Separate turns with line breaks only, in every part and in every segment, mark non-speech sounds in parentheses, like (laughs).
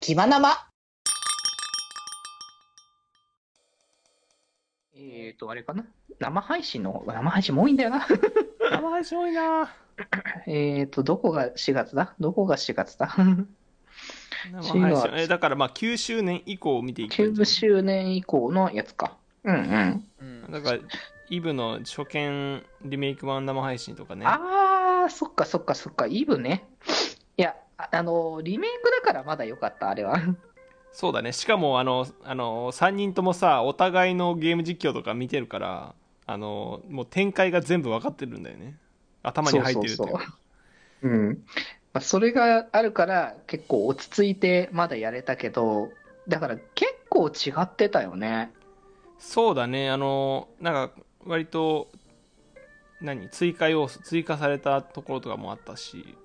キバ生。
えっ、ー、と、あれかな生配信の、生配信も多いんだよな。 (laughs)
生配信多いな。
えっと、どこが4月だどこが4月 (laughs) だ
生配信。え、だからまあ9周年以降を見ていくんじゃ
?9 周年以降のやつか。うんうん。
ない。だから、イブの初見リメイク版生配信とかね。
あー、そっかそっかそっか、イブね。いや、ああのー、リメイクだからまだ良かった、あれは。
そうだね。しかも、あの、あの、3人ともさ、お互いのゲーム実況とか見てるから、あの、もう展開が全部わかってるんだよね。頭に入ってるって
そ
いうう
そう
か。
そう。うん。まあ、それがあるから、結構落ち着いてまだやれたけど、だから結構違ってたよね。
そうだね、あの、なんか、割と、何、追加要素、追加されたところとかもあったし、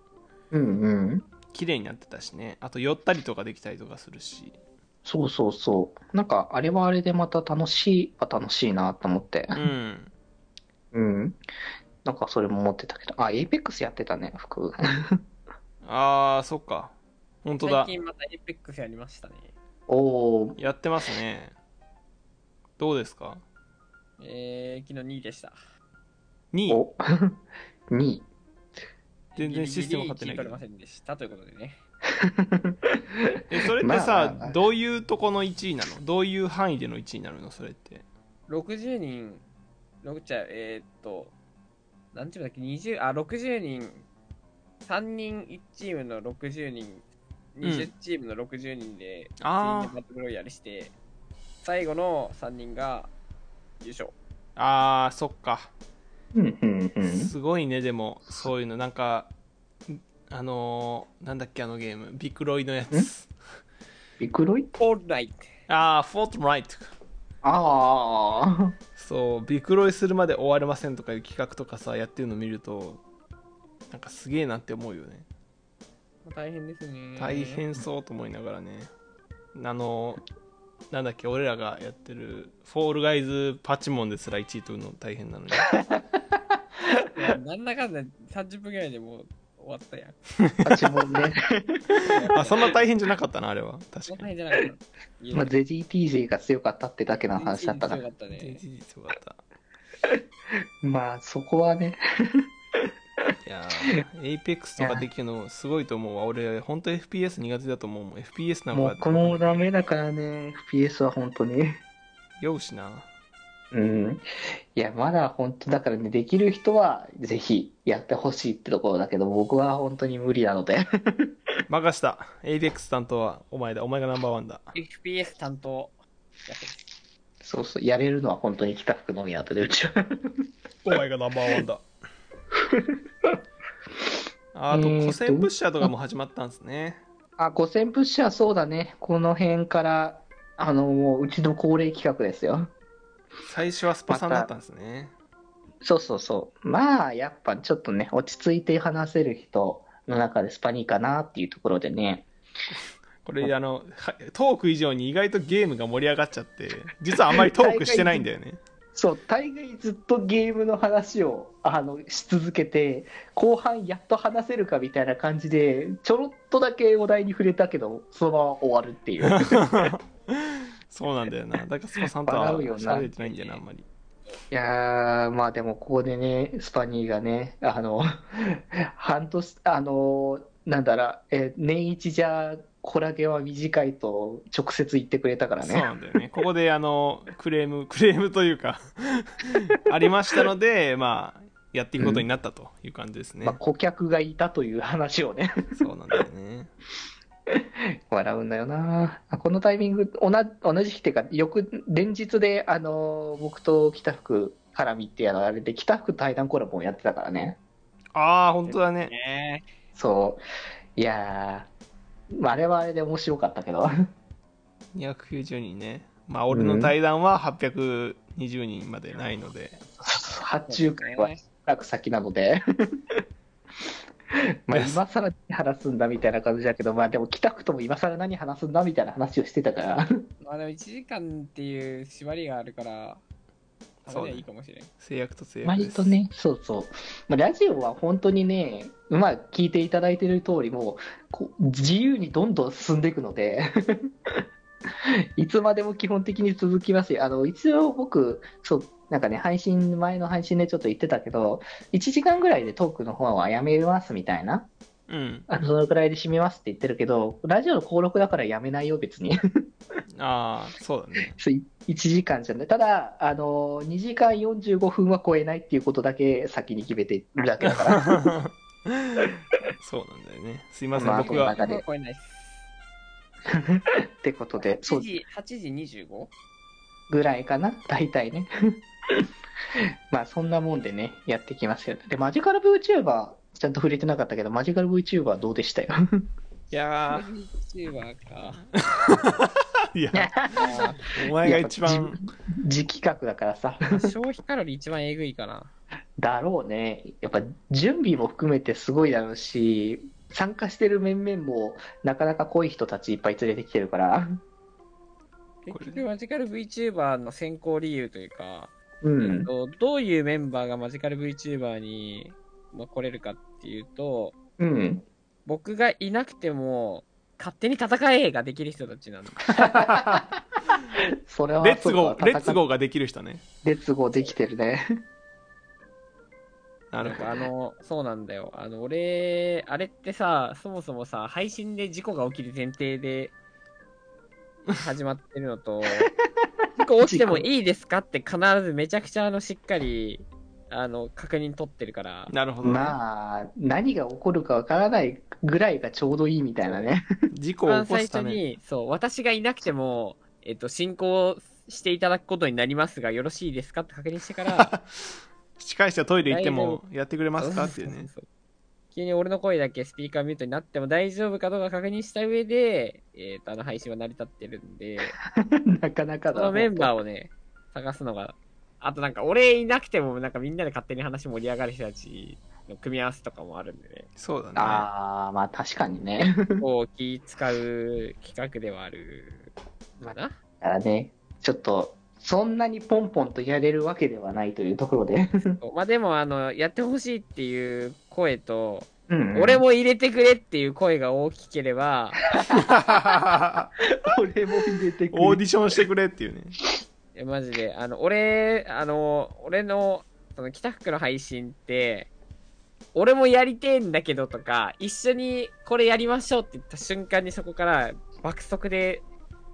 うんうん。
綺麗になってたしね。あと、寄ったりとかできたりとかするし。
そうそうそう。なんか、あれはあれでまた楽しいは楽しいなと思って
う。ん。
うん。なんか、それも思ってたけど。あ、エイペックスやってたね、
(laughs)
服。
あー、そっか。本当だ
最。近またエイペックスやりましたね。
おー、
やってますね。どうですか
えー、昨日2位でした。
?2 位
お、2位。
全然システム分
分
かってない
取
けど
れま。せんでしたということでね。
え、それって
まあまあま
さ
あ、
どういうとこの1位なのどういう範囲での1位になるのそれって。
60人、6ちゃう、えー、っと、何チームだっけ、20、あ、60人、3人1チームの60人、20チームの60人で、全員
あ
でバトルロイヤルして、最後の3人が優勝。
ー、あー、そっか。
うん、うん、うん。
すごいねでもそういうのなんかあのーなんだっけあのゲームビクロイのやつ
ビクロイ
オールナイト。
ああフォートナイト (laughs)
あ
そうビクロイするまで終われませんとかいう企画とかさやってるの見るとなんかすげえなって思うよね
大変ですね。
大変そうと思いながらねあのーなんだっけ俺らがやってるフォールガイズパチモンですら1位取るの大変なのに
いやなんだかんだ30分ぐらいでもう終わったやん。
あ。パチモンね。
あそんな大変じゃなかったなあれは
そ
確
ん
か
な
に
にじゃなかった。い
(laughs)
や
まあ、ゼジー TJ が強かったってだけの話だったか
強
ら。
かったね。
事実よかった
まあ、そこはね。
いやー、エイペックスとかできるのすごいと思うわ。俺、本当 FPS 苦手だと思うもん。FPS なん
もう、
か
このダメだからね。FPS は本当に。
酔うしな。
うん。いや、まだ本当だからね、できる人はぜひやってほしいってところだけど、僕は本当に無理なので。 (laughs)
任した。エイペックス担当はお前だ。お前がナンバーワンだ。
FPS 担当。
そうそう、やれるのは本当に北福のみなので、うちは。
お前がナンバーワンだ。 (laughs) あと、古戦プッシャーとかも始まったんですね。
あ、5000プッシャーそうだね。この辺から、あの、もううちの恒例企画ですよ。
最初はスパさんだったんですね。
そうそうそう。まあ、やっぱちょっとね、落ち着いて話せる人の中でスパニーかなっていうところでね。
これ、あの、はトーク以上に意外とゲームが盛り上がっちゃって、実はあんまりトークしてないんだよ (laughs) ね。
そう、大概ずっとゲームの話を、あの、し続けて、後半やっと話せるかみたいな感じで、ちょろっとだけお題に触れたけど、そのまま終わるって
(laughs)
いう。
そうなんだよな。だからスパさんとは喋れてないんだよな、あんまり。
いやー、まあでもここでね、スパニーがね、あの、 (laughs) 半年、あの、なんだら、え年一じゃ、コラゲは短いと直接言ってくれたから
そう
ね。
なんだよね。ここで、あの、クレーム、 (laughs) クレームというか、ありましたので、まあ、やっていくことになったという感じですね。
まあ、顧客がいたという話をね、
そうなんだよね。
笑うんだよなあこのタイミング、同じ同じ日っていうか、翌、連日で、あのー僕と北福絡みってやられて、北福対談コラボをやってたからね。
ああ、本当だね。
ね
そう。いやー、まあ、あれはあれで面白かったけど。
290人ね。まあ、俺の対談は820人までないので、
発注会はしばらく先なので。まあ今更何話すんだみたいな感じだけど、まあでも北区とも今更何話すんだみたいな話をしてたから。
まあでも1時間っていう縛りがあるから、たまにはいいかもしれん。
制約と制約で
割
す
とね、そうそう。まあ、ラジオは本当にね、まあ、聞いていただいてる通り、もうこう自由にどんどん進んでいくので、 (laughs) いつまでも基本的に続きますよ。あの、一応僕、そう、なんかね、配信、前の配信でちょっと言ってたけど、1時間ぐらいでトークの方はやめますみたいな、
うん
あのそのくらいで締めますって言ってるけど、ラジオの登録だからやめないよ、別に。 (laughs)
ああそうだね
そうい1時間じゃない、ただ、あの2時間45分は超えないっていうことだけ先に決めてるだけだから、
そうなんだよねすいません、
まあ
僕は
中で
僕は超えないっす。
ってことで、そ
8
う
時、8時 25?
ぐらいかな、大体ね。 (laughs) まあそんなもんでね、やってきますよ。で、マジカル VTuber、ちゃんと触れてなかったけど、マジカル VTuber どうでしたよ。
いや
YouTuber か。
ーいや (laughs) お前が一
やっ
番
ぱ自自企画だからさ、
消費カロリー一番えぐいかな。
だろうね、やっぱ準備も含めてすごいだろうし、参加してる面々もなかなか濃い人たちいっぱい連れてきてるから、
こ
結
れ
局マジカル VTuber の選考理由というか、
う
えっ
ん、
とどういうメンバーがマジカル VTuber に、まあ、来れるかっていうと、
(laughs)
うん。 (laughs)
僕がいなくても、勝手に戦えができる人たちなんだ。
それは
レッツゴ
そう
ー
だ
レッツゴーができる人ね
レッツゴーできてるね。
なる
なん
ほ (laughs)
かあの、そうなんだよ。あの、俺、あれってさ、そもそもさ、配信で事故が起きる前提で始まってる
(laughs)
のと、事故起きてもいいですかって必ずめちゃくちゃあの、しっかり、あの、確認取ってるから
ど、なるほど、ね、
まあ、何が起こるかわからないぐらいがちょうどいいみたいな (laughs) ね。
事
一
故を
番
起こ
最
すた
初
め
に、そう、私がいなくても、えっと、進行していただくことになりますが、よろしいですかって確認してから、
司い者トイレ行ってもやってくれますかっていうね
(laughs) そうそうそう急に俺の声だけスピーカーミュートになっても大丈夫かどうか確認した上で、えっと、あの配信は成り立ってるんで、
なかなか
そ
だ。
のメン
ー。
バーをね、探すのが、あとなんか俺いなくても、なんかみんなで勝手に話盛り上がる人たちの組み合わせとかもあるんでね、
そうだね
ああ、まあ確かにね。
こう気使う企画ではあるかな。
だからね、ちょっと、そんなにポンポンとやれるわけではないというところで。
まあでも、あの、やってほしいっていう声と、
うん
俺。も入れてくれっていう声が大きければ、
俺も入れてく
(laughs) オー
る。
ディションしてくれっていうね
いやマジで、あの、俺、あの、俺の、その、北福の配信って、俺もやりてえんだけどとか、一緒にこれやりましょうって言った瞬間にそこから爆速で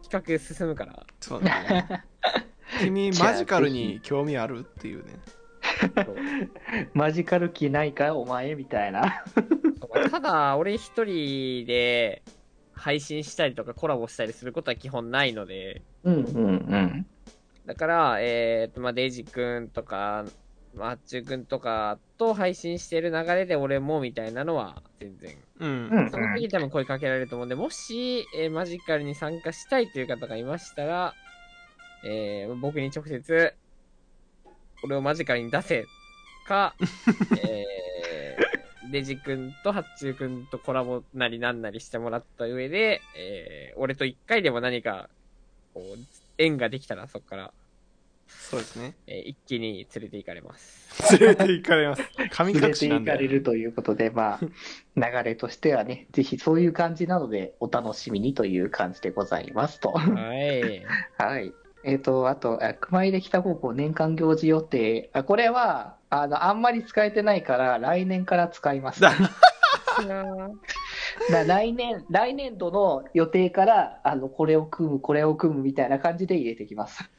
企画進むから。
そうだ
(laughs)
ね君マジカルに興味あるっていうね
マジカル気ないかお前みたいな。
ただ、俺一人で配信したりとかコラボしたりすることは基本ないので、
うんうんうん。
だから、えー、と、まあ、デイジ君とか、まあ、あっちゅう君とかと配信してる流れで俺もみたいなのは全然。
う
うんん
その時多分声かけられると思うんで、もし、えーマジカルに参加したいという方がいましたら、えー僕に直接、俺をマジカルに出せ
(laughs)
か、えー、デジ君とハッチュー君とコラボなりなんなりしてもらった上で、えー俺と一回でも何か、こう、縁ができたらそこから、
そうですね
えー一気に連れて行か
(laughs)
れます。
連れて行かれます神
連れ
隠
て
しな
行
ん
か
だ
れ
よ
るということで、まあ、流れとしてはね、ぜひそういう感じなので、お楽しみにという感じでございますと。
はい。
はい。えっ、と、あと、あ熊井で北高校年間行事予定。あ、これは、あの、あんまり使えてないから、来年から使います。 (laughs)
だ
だ来年、来年度の予定から、あの、これを組む、これを組むみたいな感じで入れてきます。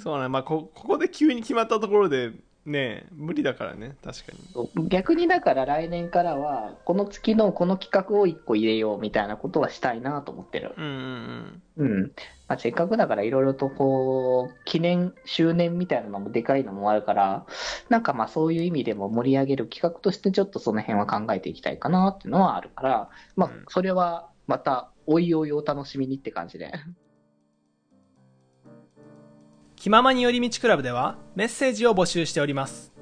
そうねまあこここで急に決まったところでね無理だからね確かに
逆にだから来年からは、この月のこの企画を1個入れようみたいなことはしたいなと思ってる。
うん
う
うん
ん。まあ、せっかくだからいろいろとこう、記念、周年みたいなのもでかいのもあるから、なんかまあそういう意味でも盛り上げる企画としてちょっとその辺は考えていきたいかなっていうのはあるから、まあ
うん
それはまたおいおいお楽しみにって感じで。
気ままに寄り道クラブではメッセージを募集しております。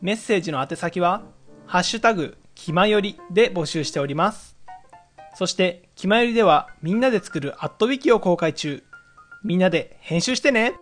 メッセージの宛先は、ハッシュタグ、気まよりで募集しております。そして、気まよりではみんなで作るアットウィキを公開中。みんなで編集してね